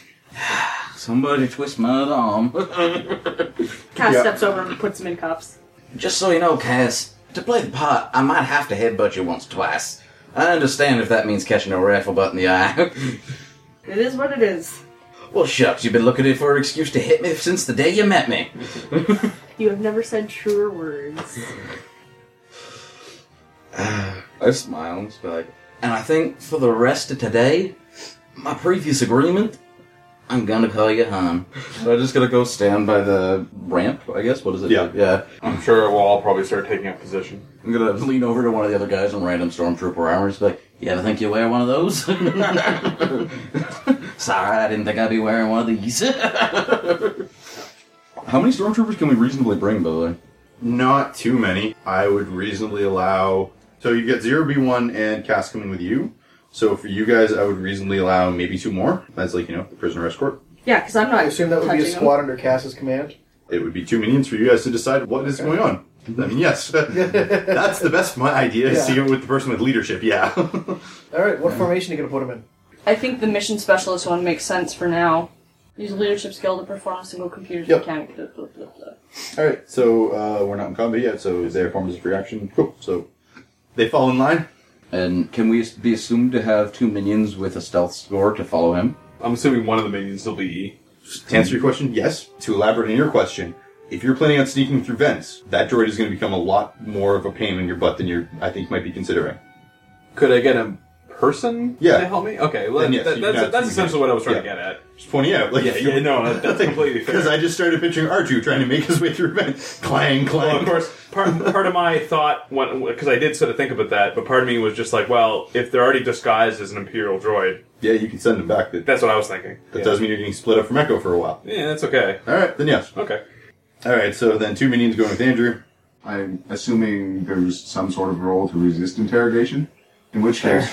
G: Eh. Somebody twist my arm.
C: Cass
B: Yeah.
C: steps over and puts him in cuffs.
G: Just so you know, Cass, to play the part, I might have to headbutt you once, twice. I understand if that means catching a rifle butt in the eye. [LAUGHS]
C: It is what it is.
G: well, shucks, you've been looking for an excuse to hit me since the day you met me.
C: You have never said truer words.
G: I smile and like, and I think for the rest of today, my previous agreement, I'm gonna call you hon. So I'm just gonna go stand by the ramp, I guess. What is it?
B: Yeah.
G: yeah.
D: I'm sure we'll all probably start taking up position.
G: I'm gonna lean over to one of the other guys in random stormtrooper armor. Just be like, you ever think you wear one of those? [LAUGHS] Sorry, I didn't think I'd be wearing one of these. [LAUGHS] How many stormtroopers can we reasonably bring, by the way?
B: [LAUGHS] Not too many. I would reasonably allow. So you get zero B one and Cass coming with you. So for you guys, I would reasonably allow maybe two more. That's like you know the prisoner escort.
C: Yeah, because I'm not.
E: I assume that would be a
C: touching him.
E: squad under Cass's command.
B: It would be two minions for you guys to decide what is going on. I mean, [LAUGHS] yes, that's the best my idea. is See it with the person with leadership. [LAUGHS] Yeah.
E: All right, what formation are you going to put him
C: I think the mission specialist one makes sense for now. Use a leadership skill to perform a single computer's
B: Yep.
C: mechanic. Blah, blah, blah, blah.
B: All right, so uh, we're not in combat yet, so their form is a free action. Cool. So they fall in line.
G: And can we be assumed to have two minions with a stealth score to follow him?
D: I'm assuming one of the minions will be E.
B: To answer your question, yes. To elaborate on your question, if you're planning on sneaking through vents, that droid is going to become a lot more of a pain in your butt than you're, I think, might be considering.
D: Could I get a person
B: Yeah.
D: to help me? Okay, well,
B: Then yes,
D: that-
B: you
D: that's,
B: can have
D: that's
B: two
D: essentially what I was trying to
B: Yeah.
D: get at.
B: Just pointing out, like,
D: Yeah, yeah, [LAUGHS]
B: [LAUGHS]
D: no, that- that's completely fair.
B: Because I just started picturing R2 trying to make his way through vents, clang, clang.
D: Well, of course, part, part of my thought, because I did sort of think about that, but part of me was just like, well, if they're already disguised as an Imperial droid,
B: Yeah, you can send him back. That, that
D: that's what I was thinking. yeah.
B: does mean you're getting split up from Echo for a while.
D: Yeah, that's okay.
B: All right, then yes.
D: Okay.
B: All right, so then two minions going with Andrew.
H: [LAUGHS] I'm assuming there's some sort of role to resist interrogation, in which case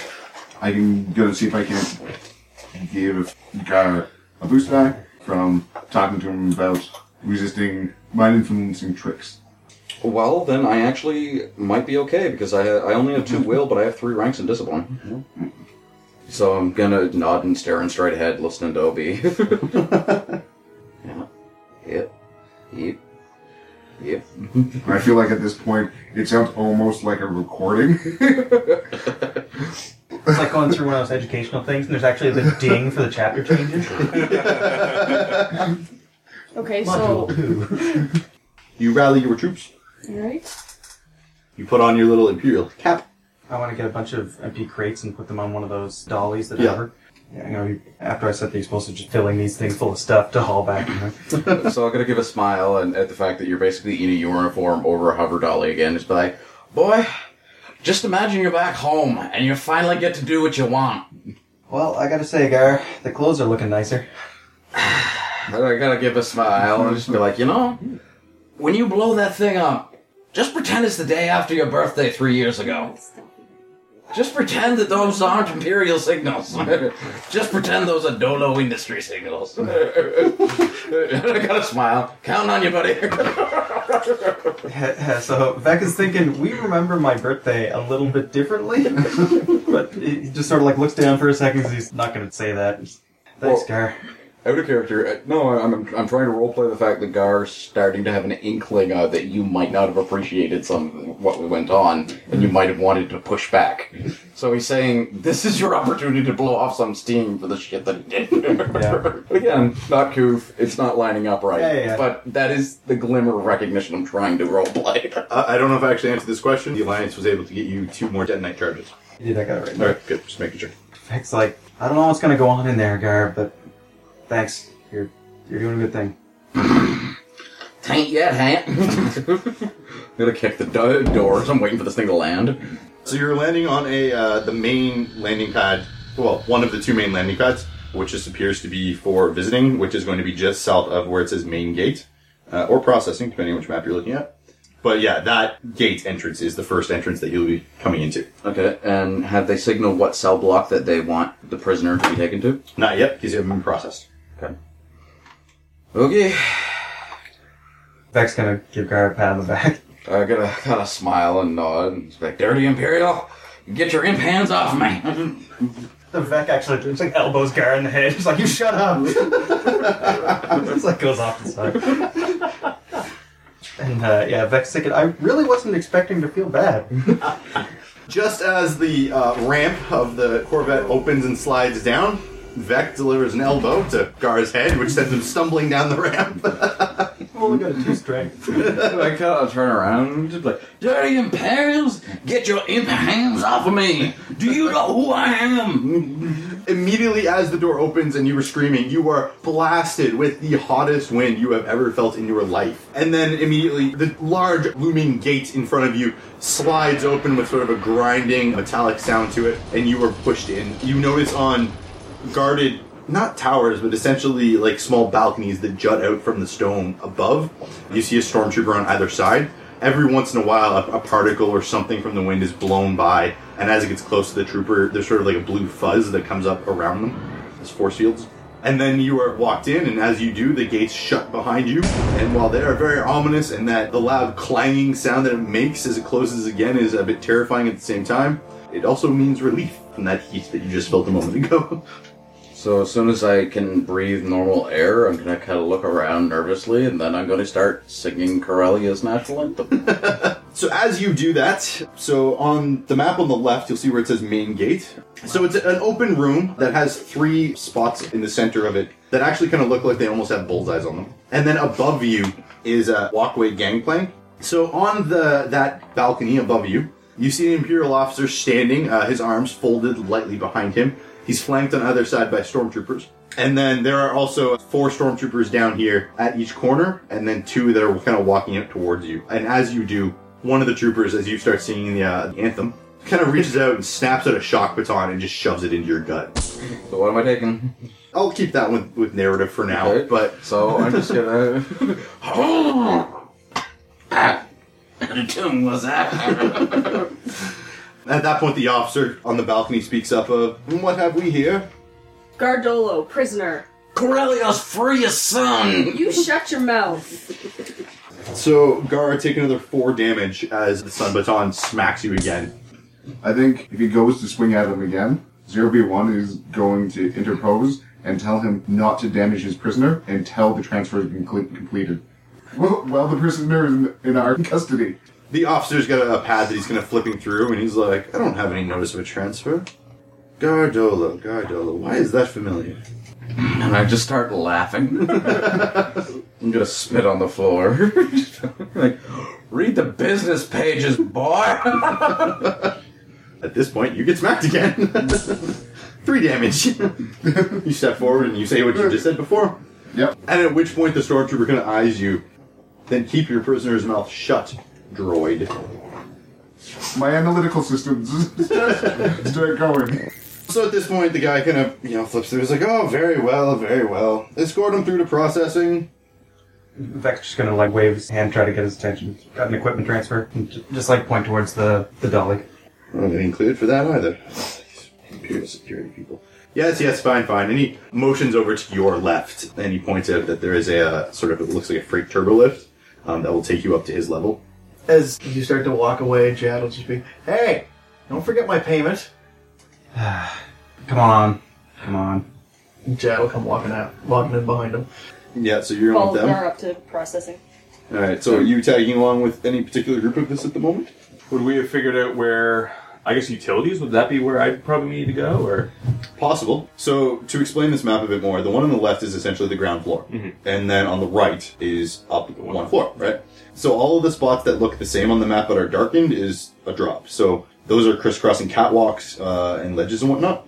H: I can go and see if I can give Gar a boost back from talking to him about resisting mind influencing tricks.
G: Well, then I actually might be okay because I I only have two will, but I have three ranks in discipline. So I'm gonna nod and stare and straight ahead, listening to Ob. yeah. Yep. Yep. Yep.
H: I feel like at this point it sounds almost like a recording.
F: It's like going through one of those educational things, and there's actually the ding for the chapter changes.
C: Okay,
F: Module
C: so.
F: two.
B: You rally your troops.
C: Alright.
B: You put on your little Imperial cap.
F: I want to get a bunch of empty crates and put them on one of those dollies that
B: Yeah.
F: ever. Yeah, you know, after I set the explosive, just filling these things full of stuff to haul back. You know?
G: so I'm gonna give a smile and at the fact that you're basically in a uniform over a hover dolly again. It's like, boy, just imagine you're back home and you finally get to do what you want.
F: well, I gotta say, Gar, the clothes are looking nicer.
G: And I gotta give a smile and just be like, you know, when you blow that thing up, just pretend it's the day after your birthday three years ago. Just pretend that those aren't Imperial signals. [LAUGHS] just pretend those are Dolo Industry signals. [LAUGHS] And I gotta smile. Count on you, buddy.
F: [LAUGHS]
G: [LAUGHS]
F: so Becca's thinking we remember my birthday a little bit differently, [LAUGHS] but he just sort of like looks down for a second. 'cause He's not gonna say that. Thanks,
G: Well-
F: Gar.
G: Out of character. uh, No, I- I'm, I'm trying to roleplay the fact that Gar's starting to have an inkling uh, that you might not have appreciated some of what we went on, and you might have wanted to push back. So he's saying, this is your opportunity to blow off some steam for the shit that he did.
F: [LAUGHS] Yeah.
G: [LAUGHS] But again, not coof, it's not lining up right.
F: Yeah, yeah, yeah.
G: But that is the glimmer of recognition I'm trying to roleplay. [LAUGHS]
B: I I don't know if I actually answered this question. The Alliance was able to get you two more detonite charges.
F: You did I got it right?
B: All right, good. Just making sure.
F: Vic's like, I don't know what's gonna go on in there, Gar, but thanks. You're you're doing a good thing.
G: Tain't yet, Hank. [LAUGHS] I'm gonna kick the do- doors. I'm waiting for this thing to land.
B: So you're landing on a uh, the main landing pad. Well, one of the two main landing pads, which just appears to be for visiting, which is going to be just south of where it says main gate, uh, or processing, depending on which map you're looking at. But yeah, that gate entrance is the first entrance that you'll be coming into.
G: Okay, and have they signaled what cell block that they want the prisoner to be taken to?
B: Not yet, because you haven't been processed.
G: Okay. Okay.
F: Beck's gonna give Gar a pat on the back.
G: I gotta kind of smile and nod and be like, Dirty Imperial, get your imp hands off me.
F: The Vec actually just like elbows Gar in the head. He's like, "You shut up!" Just like goes off the side. And uh, yeah, Vec's thinking, I really wasn't expecting to feel bad.
B: Just as the uh, ramp of the Corvette opens and slides down, Vec delivers an elbow to Gar's head, which sends him stumbling down the ramp. [LAUGHS]
E: I've only got a two strength.
G: [LAUGHS] I kind of turn around and just like, Dirty Imperials, get your imp hands off of me. Do you know who I am?
B: Immediately as the door opens and you were screaming, you are blasted with the hottest wind you have ever felt in your life. And then immediately, the large looming gate in front of you slides open with sort of a grinding metallic sound to it, and you are pushed in. You notice on guarded, not towers, but essentially like small balconies that jut out from the stone above, you see a stormtrooper on either side. Every once in a while, a, a particle or something from the wind is blown by, and as it gets close to the trooper, there's sort of like a blue fuzz that comes up around them as force fields. And then you are walked in, and as you do, the gates shut behind you. And while they are very ominous, and that the loud clanging sound that it makes as it closes again is a bit terrifying at the same time, it also means relief from that heat that you just felt a moment [LAUGHS] ago.
G: So as soon as I can breathe normal air, I'm gonna kind of look around nervously, and then I'm gonna start singing Corellia's national anthem.
B: So as you do that, so on the map on the left, you'll see where it says main gate. So it's an open room that has three spots in the center of it that actually kind of look like they almost have bullseyes on them. And then above you is a walkway gangplank. So on the that balcony above you, you see an imperial officer standing, uh, his arms folded lightly behind him. He's flanked on either side by stormtroopers. And then there are also four stormtroopers down here at each corner, and then two that are kind of walking up towards you. And as you do, one of the troopers, as you start singing the uh, anthem, kind of reaches out and snaps out a shock baton and just shoves it into your gut.
G: so what am I taking?
B: I'll keep that one with narrative for now,
G: Okay.
B: but
G: So I'm just gonna. Your tune was that?
B: at that point, the officer on the balcony speaks up of, "Hmm, "What have we here?"
C: Gardolo, prisoner.
G: Corellia's free as son.
C: You [LAUGHS] shut your mouth.
B: So Gara take another four damage as the sun baton smacks you again.
H: I think if he goes to swing at him again, 0B1 is going to interpose and tell him not to damage his prisoner until the transfer has been cle- completed. Well, well, the prisoner is in, in our custody.
B: The officer's got a pad that he's kind of flipping through, and he's like, "I don't have any notice of a transfer." Gardolo, Gardolo, why is that familiar?
G: And I just start laughing. I'm gonna spit on the floor. like, read the business pages, boy.
B: At this point, you get smacked again. [LAUGHS] Three damage. [LAUGHS] you step forward and you say what you just said before.
H: Yep.
B: And at which point the stormtrooper kind of eyes you. Then keep your prisoner's mouth shut, droid.
H: My analytical systems [LAUGHS] start going.
B: So at this point, the guy kind of you know flips through. He's like, "Oh, very well, very well." Escort him through to processing.
F: Vec's just gonna like wave his hand, try to get his attention. Got an equipment transfer, and j- just like point towards the the dolly.
B: I'm not included for that either. Imperial security people. Yes, yes, fine, fine. And he motions over to your left, and he points out that there is a uh, sort of it looks like a freight turbo lift um, that will take you up to his level.
E: As you start to walk away, Jad will just be, hey, don't forget my payment.
F: Come on, come on.
E: And Jad will come walking out, walking in behind him.
B: Yeah, so you're on
C: Follow
B: with them.
C: Gar up to processing.
B: All right. So are you tagging along with any particular group of this at the moment?
D: Would we have figured out where? I guess utilities would that be where I'd probably need to go, or
B: Possible. So to explain this map a bit more, the one on the left is essentially the ground floor, and then on the right is up one floor, right? So all of the spots that look the same on the map but are darkened is a drop. So those are crisscrossing catwalks uh, and ledges and whatnot.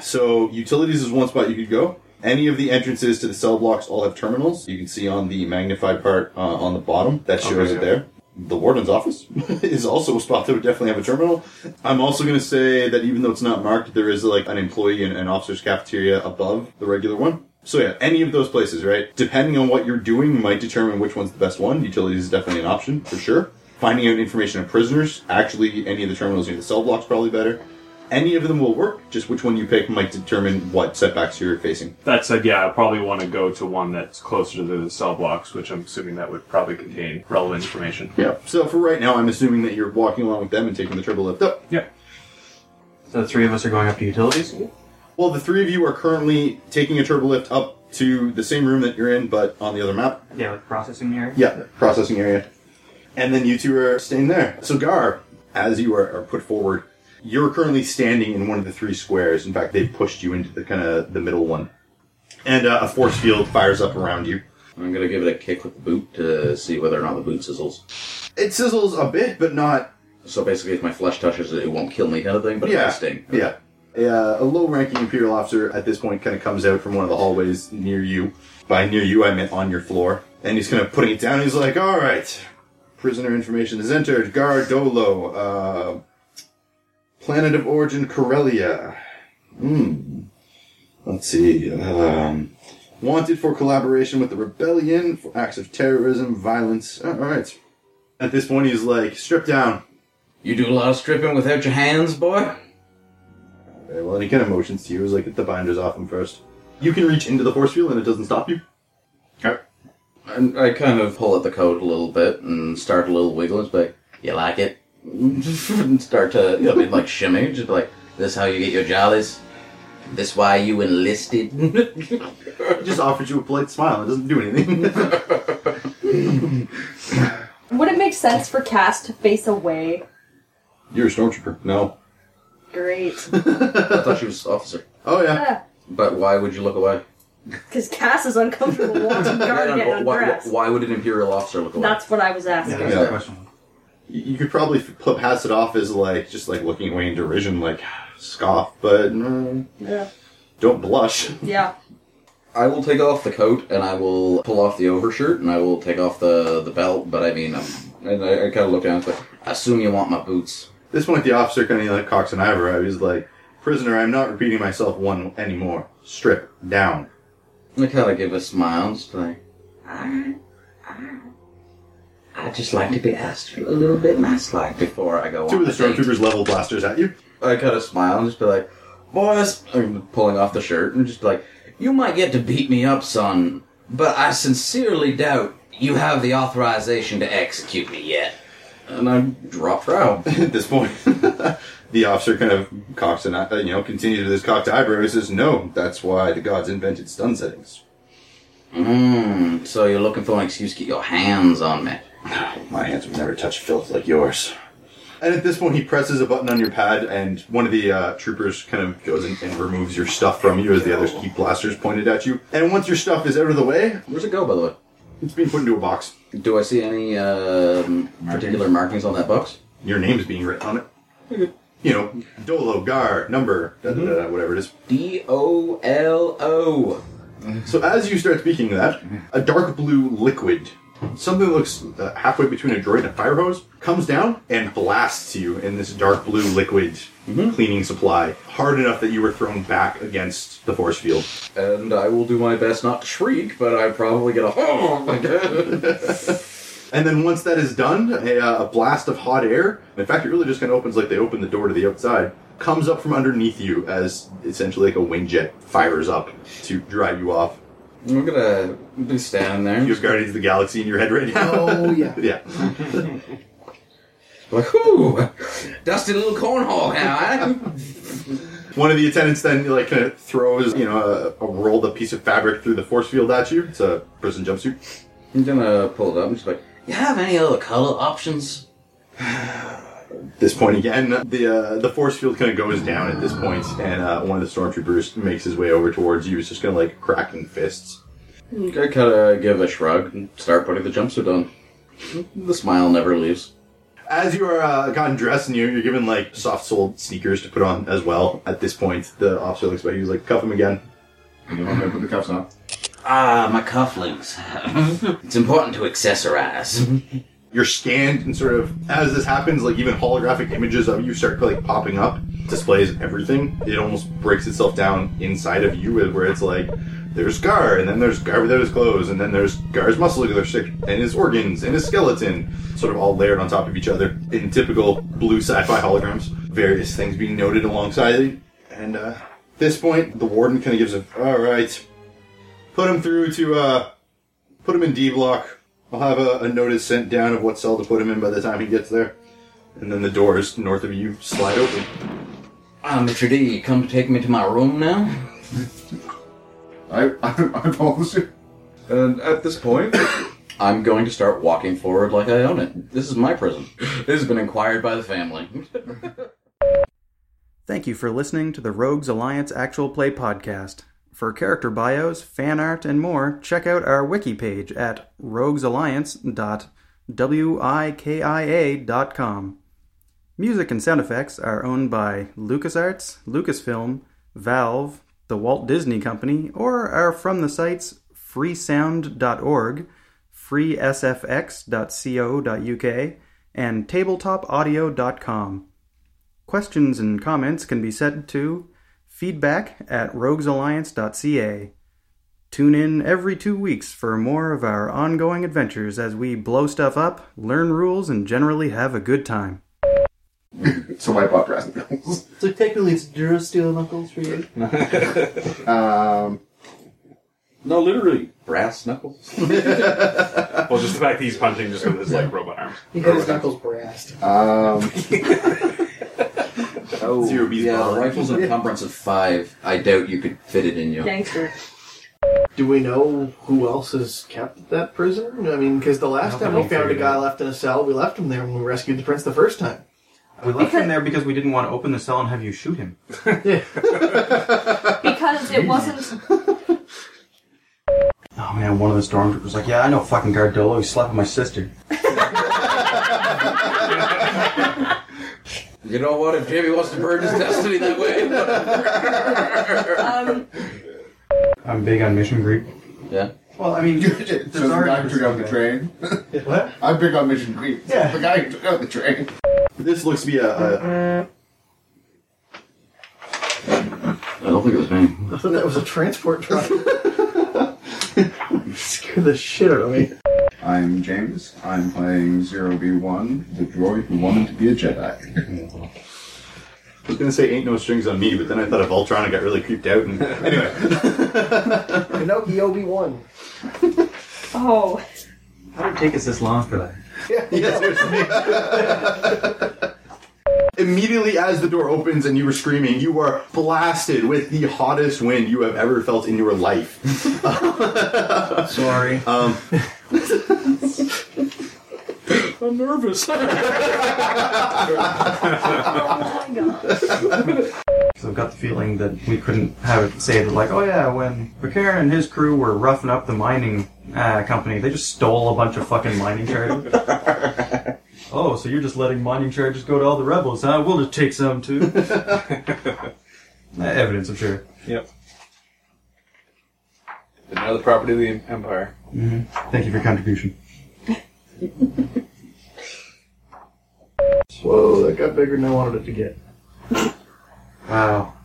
B: So utilities is one spot you could go. Any of the entrances to the cell blocks all have terminals. You can see on the magnified part uh, on the bottom that shows
D: Okay,
B: it
D: yeah.
B: there. The warden's office [LAUGHS] is also a spot that would definitely have a terminal. I'm also going to say that even though it's not marked, there is like an employee and an officer's cafeteria above the regular one. So yeah, any of those places, right? Depending on what you're doing, might determine which one's the best one. Utilities is definitely an option for sure. Finding out information on prisoners, actually, any of the terminals near the cell blocks probably better. Any of them will work. Just which one you pick might determine what setbacks you're facing.
D: That said, yeah, I probably want to go to one that's closer to the cell blocks, which I'm assuming that would probably contain relevant information.
B: Yeah. So for right now, I'm assuming that you're walking along with them and taking the turbo lift up.
D: Yeah.
F: So the three of us are going up to utilities.
B: Well, the three of you are currently taking a turbo lift up to the same room that you're in, but on the other map.
F: Yeah, with processing here.
B: Yeah, processing area. And then you two are staying there. So, Gar, as you are, are put forward, you're currently standing in one of the three squares. In fact, they've pushed you into the kind of the middle one. And uh, a force field fires up around you.
G: I'm gonna give it a kick with the boot to see whether or not the boot sizzles.
B: It sizzles a bit, but not.
G: So basically, if my flesh touches it, it won't kill me, kind of thing. But it
B: Yeah.
G: will sting.
B: Yeah. A, uh, a low ranking Imperial officer at this point kind of comes out from one of the hallways near you. By near you, I meant on your floor. And he's kind of putting it down. He's like, all right, prisoner information is entered. Gardolo, uh, planet of origin Corellia. Hmm. Let's see. Um, wanted for collaboration with the rebellion for acts of terrorism, violence. Uh, All right. At this point, he's like, strip down.
G: You do a lot of stripping without your hands, boy.
B: Okay, Eh, well, any kind of motions to you is like get the binders off him first. You can reach into the force field and it doesn't stop you.
G: And I kind of pull at the coat a little bit and start a little wiggle. It's like, you like it? [LAUGHS] and start to, you know, I mean, like shimmy. Just be like, this how you get your jollies? This why you enlisted? [LAUGHS]
B: It just offers you a polite smile. It doesn't do anything. [LAUGHS]
C: Would it make sense for Cass to face away?
B: You're a stormtrooper. No.
C: Great.
G: I thought she was officer.
B: Oh yeah.
C: Because
G: But why would you look away?
C: Cass is uncomfortable watching
G: Yeah,
C: guard
G: no,
C: get
G: but why,
C: undressed.
G: why would an imperial officer look away?
C: That's what I was asking.
F: That's
B: Yeah.
F: the question.
B: You you could probably f- put- pass it off as like just like looking away in derision, like [SIGHS] scoff, but mm,
C: Yeah.
B: don't blush. [LAUGHS]
C: Yeah.
G: I will take off the coat and I will pull off the overshirt and I will take off the, the belt. But I mean, i and I, I kind of look down. It's like, I assume you want my boots.
B: At this point, the officer kind of like cocks an eyebrow. He's like, "Prisoner, I'm not repeating myself one anymore. Strip down."
G: And I kind of give a smile. It's like, I, I, I just like to be asked for a little bit nice like before I go
B: Two
G: on.
B: of the
G: a date.
B: stormtroopers level blasters at you.
G: I kind of smile and just be like, boys, I'm pulling off the shirt and just be like, you might get to beat me up, son, but I sincerely doubt you have the authorization to execute me yet. And I drop trow.
B: [LAUGHS] At this point, the officer kind of cocks an eye, you know, continues with his cocked eyebrow. He says, "No, that's why the gods invented stun settings."
G: Mm, so you're looking for an excuse to get your hands on me.
B: My hands would never touch filth like yours. And at this point, he presses a button on your pad, and one of the uh, troopers kind of goes and, and removes your stuff from you as the other keep blasters pointed at you. And once your stuff is out of the way,
G: Where's it go, by the way?
B: it's being put into a box.
G: Do I see any um, particular markings on that box?
B: Your name's being written on it. You know, Dolo, Gar, number, da, da, da, da, whatever it is.
G: D O L O.
B: So as you start speaking that, a dark blue liquid, something that looks uh, halfway between a droid and a fire hose, comes down and blasts you in this dark blue liquid
E: Mm-hmm.
B: cleaning supply, hard enough that you were thrown back against the force field.
G: And I will do my best not to shriek, but I probably get a. Oh my god.
B: And then once that is done, a, uh, a blast of hot air, in fact, it really just kind of opens like they open the door to the outside, comes up from underneath you as essentially like a wing jet fires up to drive you off.
G: I'm gonna be standing there.
B: You have Guardians of the Galaxy in your head right now.
E: Oh yeah.
B: [LAUGHS] yeah.
G: Like, whoo! Dusty little cornhole now, eh?
B: One of the attendants then like kind of throws you know a, a rolled up piece of fabric through the force field at you. It's a prison jumpsuit.
G: I'm gonna pull it up. I'm just like, you have any other color options?
B: At this point again, the uh, the force field kind of goes down at this point, and uh, one of the stormtroopers makes his way over towards you. He's just kind of like cracking fists.
G: I kinda give a shrug and start putting the jumpsuit on. The smile never leaves.
B: As you are uh, gotten dressed and you're, you're given like soft soled sneakers to put on as well. At this point, the officer looks by you. He's like, "Cuff him again."
H: You know, I'm gonna put the cuffs on.
G: Ah, my cufflinks. [LAUGHS] it's important to [LAUGHS] accessorize.
B: You're scanned and sort of as this happens, like even holographic images of you start like popping up, displays everything. It almost breaks itself down inside of you, where it's like there's Gar, and then there's Gar without his clothes, and then there's Gar's muscle sick and his organs and his skeleton, sort of all layered on top of each other in typical blue sci-fi holograms. various things being noted alongside it. And uh, at this point, the warden kind of gives a, all right, put him through to, uh, put him in D block. I'll have a, a notice sent down of what cell to put him in by the time he gets there. And then the doors north of you slide open.
G: Ah, Mr. D, you come to take me to my room now?
H: I, I, I follows you. And at this point,
G: I'm going to start walking forward like I own it. This is my prison. This has been inquired by the family. [LAUGHS]
A: Thank you for listening to the Rogues Alliance Actual Play Podcast. For character bios, fan art, and more, check out our wiki page at roguesalliance.wikia.com. Music and sound effects are owned by LucasArts, Lucasfilm, Valve, the Walt Disney Company, or are from the sites freesound.org, freesfx.co.uk, and tabletopaudio.com. Questions and comments can be sent to feedback at roguesalliance.ca. Tune in every two weeks for more of our ongoing adventures as we blow stuff up, learn rules, and generally have a good time.
H: so I bought brass knuckles.
E: So technically, it's Duro Steel Knuckles for you.
H: Um,
G: No, literally.
D: [LAUGHS]
G: Brass knuckles?
D: Well, just the fact that he's punching just with his like robot arms.
E: He had his knuckles brassed.
H: um,
B: Oh,
H: [LAUGHS]
B: Zero B's
G: Yeah, the
B: bottom.
G: rifle's an encumbrance of five. I doubt you could fit it in you.
C: Gangster.
E: Do we know who else is kept that prisoner? I mean, because the last time we found a guy left in a cell, we left him there when we rescued the prince the first time.
F: We left him there because we didn't want to open the cell and have you shoot him.
C: Because it wasn't.
F: Oh man, one of the stormtroopers was like, yeah, I know fucking Gardolo. He's slapping my sister.
G: You know what? If Jamie wants to burn his [LAUGHS] destiny that way.
C: Um,
F: I'm big on mission creep.
E: [LAUGHS]
G: yeah.
F: Well, I mean,
H: so the guy who took out the train.
E: What?
H: I'm big on Mission Green.
E: Yeah.
H: The guy who took out the train.
B: This looks to be a, a
G: I don't think it was me.
E: I thought that was a transport truck. [LAUGHS] Scared the shit out of me.
H: I'm James. I'm playing Zero B One, the droid who wanted to be a Jedi.
B: I was gonna say ain't no strings on me, but then I thought of Ultron and got really creeped
H: [LAUGHS]
B: out. And [LAUGHS] anyway,
E: Kenoki Obi One.
C: oh.
F: How did it take us this long for that?
B: Yeah, Immediately as the door opens and you were screaming, you are blasted with the hottest wind you have ever felt in your life.
E: Sorry.
D: I'm nervous.
C: [LAUGHS] Oh my god.
F: So I've got the feeling that we couldn't have it say that like, oh yeah, when Bakar and his crew were roughing up the mining uh, company, they just stole a bunch of fucking mining charges. oh, so you're just letting mining charges go to all the rebels, huh? We'll just take some too. Uh, evidence, I'm sure.
D: yep. But now the property of the empire.
F: Thank you for your contribution.
E: Whoa, that got bigger than I wanted it to get.
F: Wow.